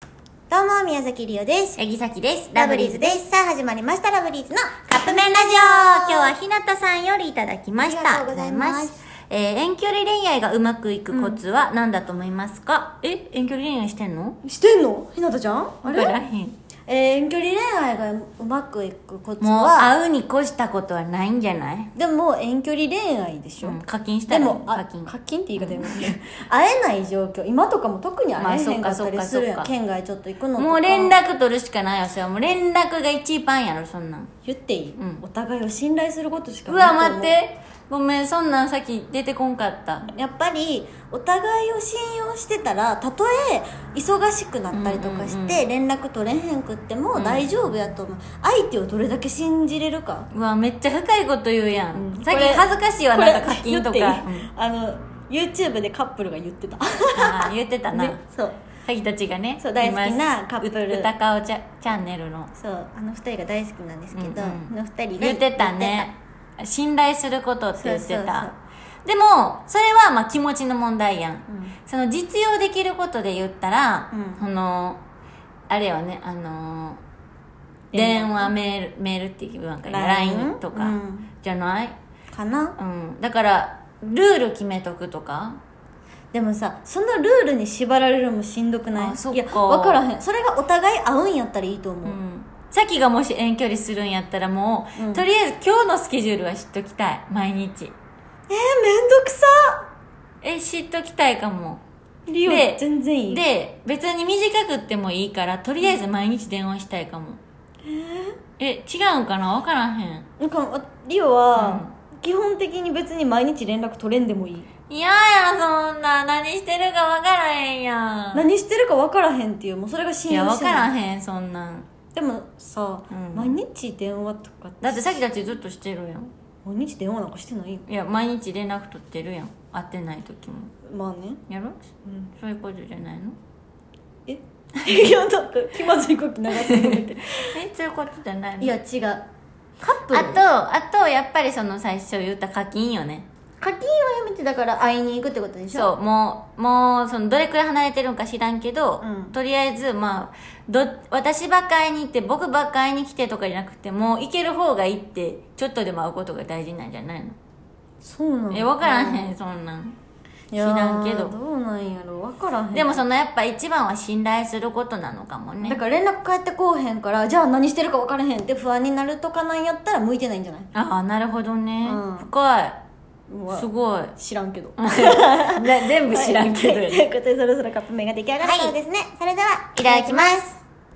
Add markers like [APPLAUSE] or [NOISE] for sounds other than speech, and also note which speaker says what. Speaker 1: どうも、宮崎りおです。
Speaker 2: ヤギサキです。
Speaker 1: ラブリーズです。さあ、始まりました、ラブリーズの
Speaker 2: カップ麺ラジオ今日はひなたさんよりいただきました。
Speaker 1: ありがとうございます
Speaker 2: ありがとうございます。えー遠距離恋愛がうまくいくコツは何だと思いますか、え遠距離恋愛してんの
Speaker 1: してんのひなたちゃんあ
Speaker 2: わからへん
Speaker 1: えー遠距離恋愛がうまくいくコツ
Speaker 2: もう
Speaker 1: は、
Speaker 2: 会うに越したことはないんじゃない、
Speaker 1: でももう遠課距離恋愛でしょ、
Speaker 2: うん、課金した
Speaker 1: で
Speaker 2: ら
Speaker 1: も、あ
Speaker 2: 課金。
Speaker 1: 課金って言い方やめて、会えない状況、今とかも特に会えへん
Speaker 2: ま
Speaker 1: か
Speaker 2: あ
Speaker 1: っ
Speaker 2: そ
Speaker 1: た
Speaker 2: っか
Speaker 1: りするやん。
Speaker 2: そっかそっか
Speaker 1: 県外ちょっと行くのとか。
Speaker 2: もう連絡取るしかないよ、それはもう連絡が一番やろ、そんなん。
Speaker 1: 言っていい、
Speaker 2: ん
Speaker 1: お互いを信頼することしか
Speaker 2: う
Speaker 1: ないと
Speaker 2: わ、
Speaker 1: 思
Speaker 2: 待って。ごめん、そんなんさっき出てこんかった。
Speaker 1: やっぱりお互いを信用してたらたとえ忙しくなったりとかして連絡取れへんくっても大丈夫やと思う、相手をどれだけ信じれるか、
Speaker 2: うわ、めっちゃ深いこと言うやん。
Speaker 1: うん
Speaker 2: さっ
Speaker 1: こ
Speaker 2: き
Speaker 1: れ
Speaker 2: 恥ずかしいわ、なんか課金と
Speaker 1: これ言っ
Speaker 2: か。
Speaker 1: ていい
Speaker 2: うん
Speaker 1: あの YouTube でカップルが言ってた
Speaker 2: あー言ってたな
Speaker 1: ね。そう
Speaker 2: サギたちがね
Speaker 1: そう大好きなカップル
Speaker 2: 今う歌顔チャチャンネルの
Speaker 1: そうあの二人が大好きなんですけど、
Speaker 2: うんうん
Speaker 1: あの二人が
Speaker 2: 言ってたね信頼することって言ってた
Speaker 1: そうそうそう
Speaker 2: でもそれはまあ気持ちの問題やん、
Speaker 1: うん
Speaker 2: その実用できることで言ったら、
Speaker 1: うん
Speaker 2: そのあれよねあのー
Speaker 1: 電話
Speaker 2: 電話メールメールっていうなんか
Speaker 1: LINE
Speaker 2: LINE とか
Speaker 1: うん
Speaker 2: じゃない、
Speaker 1: かな
Speaker 2: うん、だからルール決めとくとか
Speaker 1: でもさそのルールに縛られるのもしんどくない
Speaker 2: あそっか
Speaker 1: いや分からへんそれがお互い合うんやったらいいと思う、
Speaker 2: うんさきがもし遠距離するんやったらもう、
Speaker 1: うん
Speaker 2: とりあえず今日のスケジュールは知っときたい毎日
Speaker 1: えー、めんどくさ
Speaker 2: え知っときたいかも
Speaker 1: リオ
Speaker 2: で
Speaker 1: 全然いい
Speaker 2: で別に短くってもいいからとりあえず毎日電話したいかもえ違うんかな分からへん
Speaker 1: なんかあリオは、基本的に別に毎日連絡取れんでもいい
Speaker 2: 嫌やそんな何してるか分からへんやん
Speaker 1: 何してるか分からへんっていうもうそれが信
Speaker 2: いや
Speaker 1: 用
Speaker 2: 分
Speaker 1: して
Speaker 2: から
Speaker 1: ない
Speaker 2: へんそんなん
Speaker 1: でもさ、
Speaker 2: うん
Speaker 1: 毎日電話とか
Speaker 2: だってさきたちずっとしてるやん
Speaker 1: 毎日電話なんかしてないよ
Speaker 2: いや毎日連絡取ってるやん会ってない時も
Speaker 1: まあね
Speaker 2: やろ
Speaker 1: うん
Speaker 2: そういうことじゃないの
Speaker 1: え [LAUGHS] いやだって気まずい空気流してくれて
Speaker 2: えそういうことじゃないの
Speaker 1: いや違うカップル
Speaker 2: あとあとやっぱりその最初言った課金よね
Speaker 1: 課金はやめてだから会いに行くってことでしょ
Speaker 2: そうもうもうそのどれくらい離れてるんか知らんけど、
Speaker 1: うん
Speaker 2: とりあえずまあど私ばっか会いに行って僕ばっか会いに来てとかじゃなくてもう行ける方がいいってちょっとでも会うことが大事なんじゃないの、
Speaker 1: そうなの
Speaker 2: え分からへんそんなん
Speaker 1: いやー
Speaker 2: 知らんけど
Speaker 1: どうなんやろ分からへん
Speaker 2: でもそのやっぱ一番は信頼することなのかも
Speaker 1: だ
Speaker 2: ね
Speaker 1: から連絡返ってこうへんからじゃあ何してるか分からへんって不安になるとかなんやったら向いてないんじゃない
Speaker 2: ああなるほどね、
Speaker 1: うん
Speaker 2: 深いす
Speaker 1: す
Speaker 2: ごい
Speaker 1: 知らん [LAUGHS] けど
Speaker 2: 全
Speaker 1: [LAUGHS]
Speaker 2: 部
Speaker 1: 知らんけどということでそろそろカップ麺が出来上がったようですね、それではい
Speaker 2: ただきます